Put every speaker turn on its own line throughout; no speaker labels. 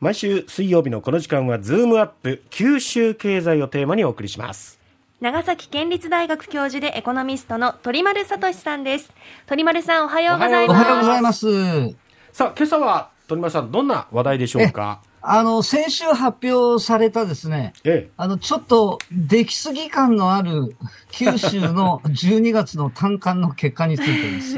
毎週水曜日のこの時間はズームアップ九州経済をテーマにお送りします
長崎県立大学教授でエコノミストの鳥丸聡さんです鳥丸さんおはようござい
お
お
ます
はようございます。
さあ今朝は鳥丸さんどんな話題でしょうか
あの、先週発表されたですね、
え
あの、ちょっと出来すぎ感のある九州の 12月の単管の結果についてです。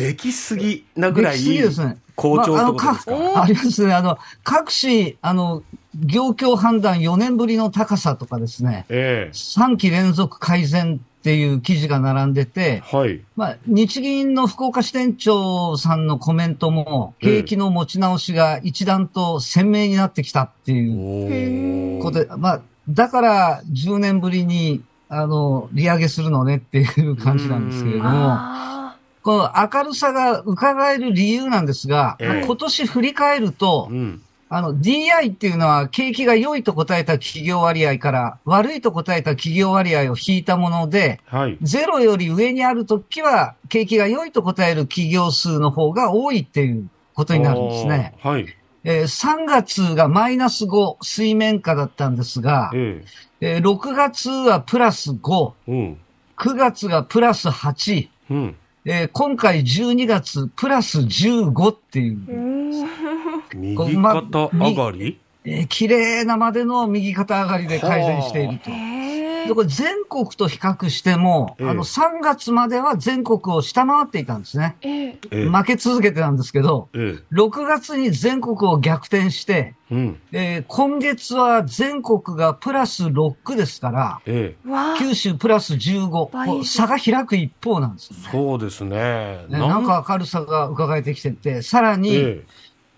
え、できすぎなぐ
出
ら
来
い
すぎですね。
好調
まあ
って
あの
ことですか、
か
ありますね。あの、各種、あの、業況判断4年ぶりの高さとかですね、
え
3期連続改善っていう記事が並んでて、
えはい
まあ、日銀の福岡支店長さんのコメントも、景気の持ち直しが一段と鮮明になってきたっていう
おー
ことで、まあ、だから10年ぶりに、あの、利上げするのねっていう感じなんですけれども、
あ
この明るさが伺える理由なんですが、
ええ
今年振り返ると
う、ん
あの、DI っていうのは、景気が良いと答えた企業割合から、悪いと答えた企業割合を引いたもので、
はい
ゼロより上にあるときは、景気が良いと答える企業数の方が多いっていうことになるんですね。
おーはい
えー3月がマイナス5、水面下だったんですが、
え
えー6月はプラス5、
えうん
9月がプラス8、
うん
えー今回12月プラス15っていう、
右
こうま
肩上がり、
えー綺麗なまでの右肩上がりで改善していると
ー。へ
でこれ全国と比較しても、
ええ
あの3月までは全国を下回っていたんですね。
え
ええ
負け続けてたんですけど、
え
6月に全国を逆転して、
えうん
えー今月は全国がプラス6ですから、
ええ
わあ
九州プラス15、
倍以上
こう差が開く一方なんですよね。
そうですね
ねなんか明るさが伺えてきてて、さらに、
え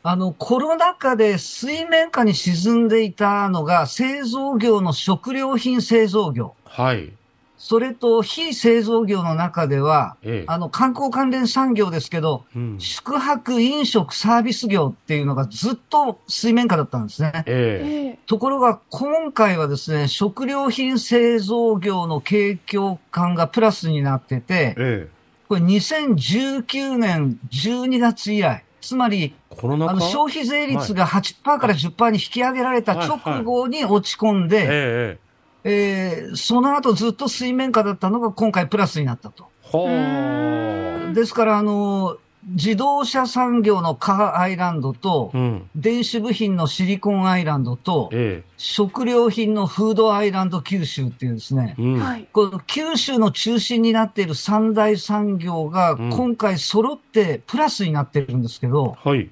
あの、コロナ禍で水面下に沈んでいたのが、製造業の食料品製造業、
えはい
それと非製造業の中では、
ええ
あの、観光関連産業ですけど、
うん
宿泊、飲食、サービス業っていうのがずっと水面下だったんですね。
え
ええ
ところが今回はですね、食料品製造業の景況感がプラスになって
え
て、
ええ
これ2019年12月以来、つまり、
コロナ禍
あの消費税率が8%から10%に引き上げられた直後に落ち込ん
ええ
で、
ええ
えーその後ずっと水面下だったのが今回プラスになったと。
ほ
うー
ー
ん
ですから、あの、自動車産業のカーアイランドと
う、ん
電子部品のシリコンアイランドと、
え
食料品のフードアイランド九州っていうですね
え、うん
はい
この九州の中心になっている三大産業が
うん
今回揃ってプラスになってるんですけど、
はい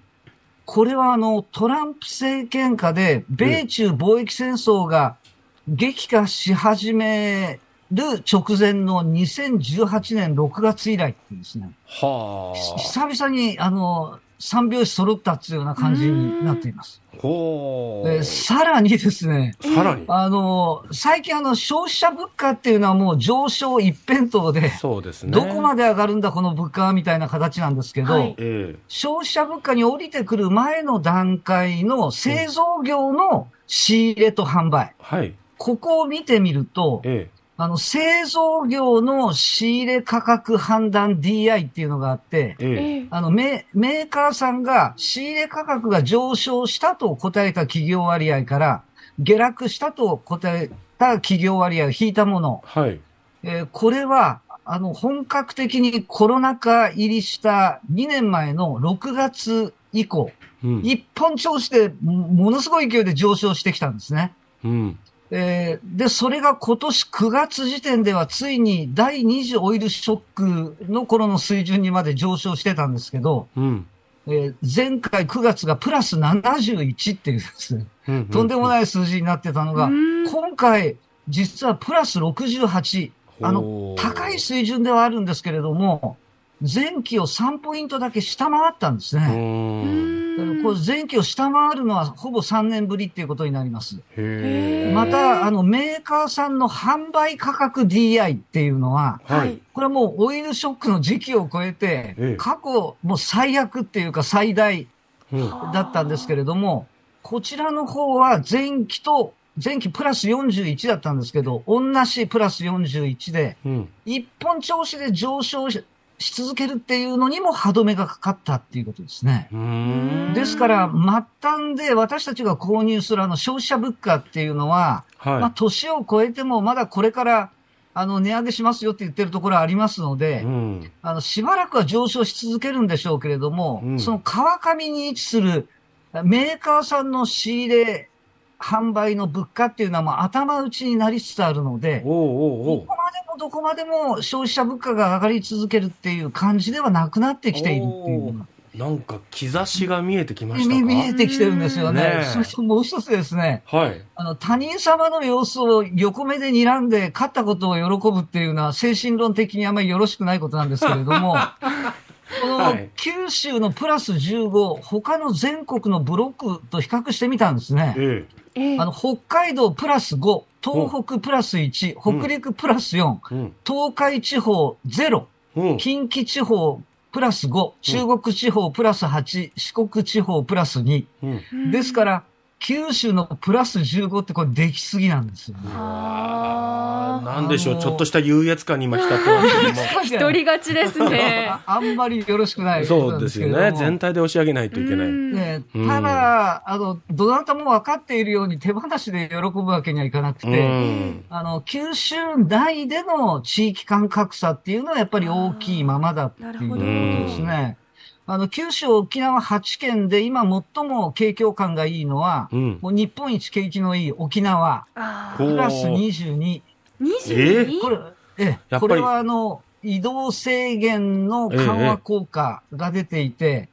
これはあのトランプ政権下で米中貿易戦争が激化し始める直前の2018年6月以来っていうですね、
はあ
久々にあの三拍子揃ったっていうような感じになっています。
ほ
えー
ー
さらにですね、
さらに
あの、最近あの、消費者物価っていうのはもう上昇一辺倒で、
そうですね
どこまで上がるんだこの物価はみたいな形なんですけど、
はい
え
消費者物価に降りてくる前の段階の製造業の仕入れと販売。
えはい
ここを見てみると、
え
あの、製造業の仕入れ価格判断 DI っていうのがあって
え、ええ
ええ
あのメ、メーカーさんが仕入れ価格が上昇したと答えた企業割合から、下落したと答えた企業割合を引いたもの。
はい
えーこれは、あの、本格的にコロナ禍入りした2年前の6月以降、
うん
一本調子でもものすごい勢いで上昇してきたんですね。
うん
えーで、それが今年9月時点ではついに第2次オイルショックの頃の水準にまで上昇してたんですけど、
うん
えー前回9月がプラス71っていうですね、
うん
とんでも
い
ない数字になってたのが、
うん
今回、実はプラス68、あの高い水準ではあるんですけれども、前期を3ポイントだけ下回ったんです
う
ね。
ん
だから
う
これ
ん
前期を下回るのはほぼ3年ぶりっていうことになります。
へえ
また、あの、メーカーさんの販売価格 DI っていうのは、
はい
これはもうオイルショックの時期を超え
ええ
て、過去もう最悪っていうか最大
うん
だったんですけれども、こちらの方は前期と、前期プラス41だったんですけど、同じプラス41で、
うん
一本調子で上昇しし続けるっていうのにも歯止めがかかったっていうことですね。
うーん
ですから、末端で私たちが購入するあの消費者物価っていうのは、
はい、
まあ、年を超えてもまだこれからあの値上げしますよって言ってるところはありますので、
うん
あのしばらくは上昇し続けるんでしょうけれども、
うん
その川上に位置するメーカーさんの仕入れ、販売の物価っていうのはもう頭打ちになりつつあるので、
おうおうお
どこまでもどこまでも消費者物価が上がり続けるっていう感じではなくなってきているっていうのが
うなんか兆しが見えてきました
見
か
見えてきてるんですよ
ね
ね
え。
そしてもう一つですね、
はい
あの、他人様の様子を横目で睨んで勝ったことを喜ぶっていうのは精神論的にあまりよろしくないことなんですけれども、 この
はい
九州のプラス15、他の全国のブロックと比較してみたんですね。
え
ええ
あの、北海道プラス5、東北プラス1、
うん
北陸プラス4、
えうん
東海地方0、
うん
近畿地方プラス5、中国地方プラス8、四国地方プラス2。
うん
ですから、九州のプラス15ってこれできすぎなんですよね。
あ
あ
ー
ー
なんでしょ
あ
う
のー
ちょっとした優越感に今浸ってますけども
一人勝ちです ね。
ああんまりよろしくないこと
そ
な
うんで
ですすけ
よ
れども。
ね。全体で押し上げないといけない。
うん
ね
うん
ただ、あの、どなたも分かっているように手放しで喜ぶわけにはいかなくて、
ん。
あの、九州内での地域間格差っていうのはやっぱり大きいままだっていう
なる
こ
ほ
と
ど
ですね。あの、九州、沖縄8県で今最も景況感がいいのは、
うん。
もう日本一景気のいい沖縄、
あ
お
ー
ー
プラス22、
22
これ、え
や
え、
っぱ
こ
り
れはあの、移動制限の緩和効果が出ていて、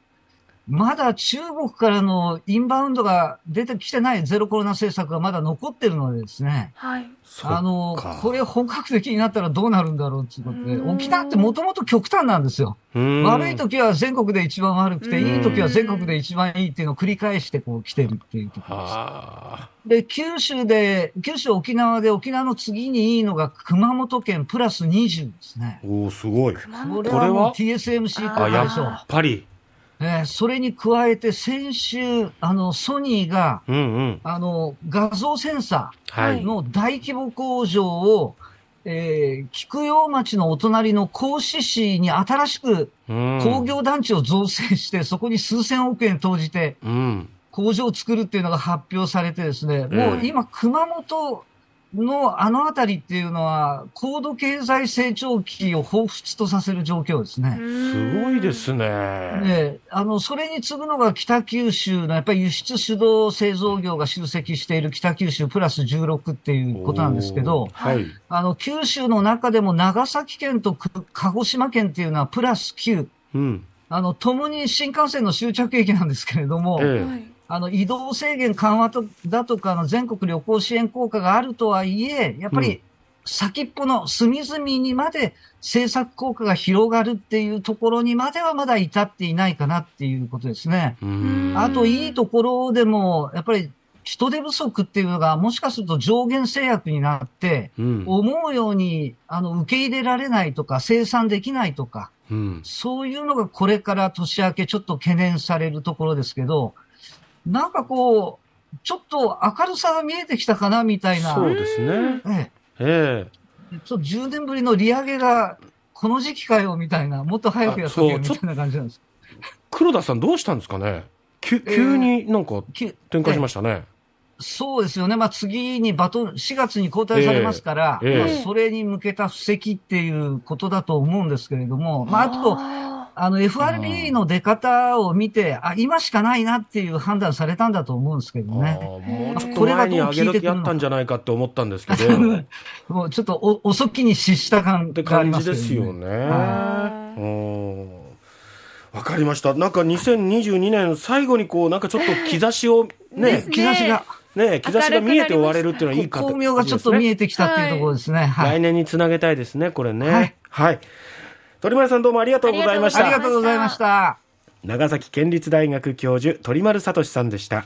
まだ中国からのインバウンドが出てきてないゼロコロナ政策がまだ残ってるのでですね、
はい。
そ
あの
っか、
これ本格的になったらどうなるんだろうっていうことで、
うん
沖縄ってもともと極端なんですよ。悪い。
うん
時は全国で一番悪くて、
うん
いい時は全国で一番いいっていうのを繰り返してこう来てるっていうところです。
あ
で、九州で、九州沖縄で沖縄の次にいいのが熊本県プラス20ですね。
ーおーすごい。
熊
こ
本
れ
これ
はもう
は
TSMC
あ
あ、
化
や
でしょ
っぱり。
えーそれに加えて先週、あの、ソニーが、
うんうん。
あの、画像センサ
は
はい
ー。の大規模工場を、えー菊陽町のお隣の甲子市に新しく
うん
工。業団地を造成して、そこに数千億円投じて、
うん。
工場を作るっていうのが発表されてですね、
ええ
もう今、熊本のあの辺りっていうのは、高度経済成長期を彷彿とさせる状況ですね。
すごいで。すね。
で、あの、それに次ぐのが北九州の、やっぱり輸出主導製造業が集積している北九州プラス16っていうことなんですけ
お
ど
ー、はい。
あの、九州の中でも長崎県とく鹿児島県っていうのはプラス9、
うん。
あの、共に新幹線の終着駅なんですけれども、
え
は
え。
い
あの移動制限緩和とだとかの全国旅行支援効果があるとはいえ、やっぱ
うん
り先っぽの隅々にまで政策効果が広がるっていうところにまではまだ至っていないかなっていうことですね。
うん
あと、いいところでも、やっぱり人手不足っていうのが、もしかすると上限制約になって、
うん。
思うようにあの受け入れられないとか、生産できないとか、
うん。
そういうのがこれから年明けちょっと懸念されるところですけど、なんかこう、ちょっと明るさが見えてきたかなみたいな、
そうです
う
ね
ん。
え
え
え、ちょっと10年ぶりの利上げがこの時期かよみたいな、もっと早くやっとけよ
あ
み
そう
たいな感じなんです。
え。黒田さんどうしたんですかね急急になんか
き
展開しましたね。
そうですよね。まあ次にバトン、4月に交代されますから、
ええええ
まあそれに向けた布石っていうことだと思うんですけれども、まああと、
あ
あの FRB の出方を見て、あ、今しかないなっていう判断されたんだと思うんですけど
あ
ね。
ーもうちょっと
これが
前
ど
に
う
上げ
効いてくるのか
る気あったんじゃないかって思ったんですけど。
もうちょっとお遅きに失した感
って
があり
感
ま
じ
すけ
で
どね
すよね。
はい
うんわかりました。なんか2022年最後にこうなんかちょっと兆しを
で
ね
す、ね
兆しが、
ね兆しが見えて終われるっていうのはいいか
光明がちょっと見えてきたっていうところですね。はい。
来年につなげたいですね、これね。は
はいい。
鳥丸さんどうもありがとうございまし
あ
あ
た
り。がとうございました。
長崎県立大学教授鳥丸聡さんでした。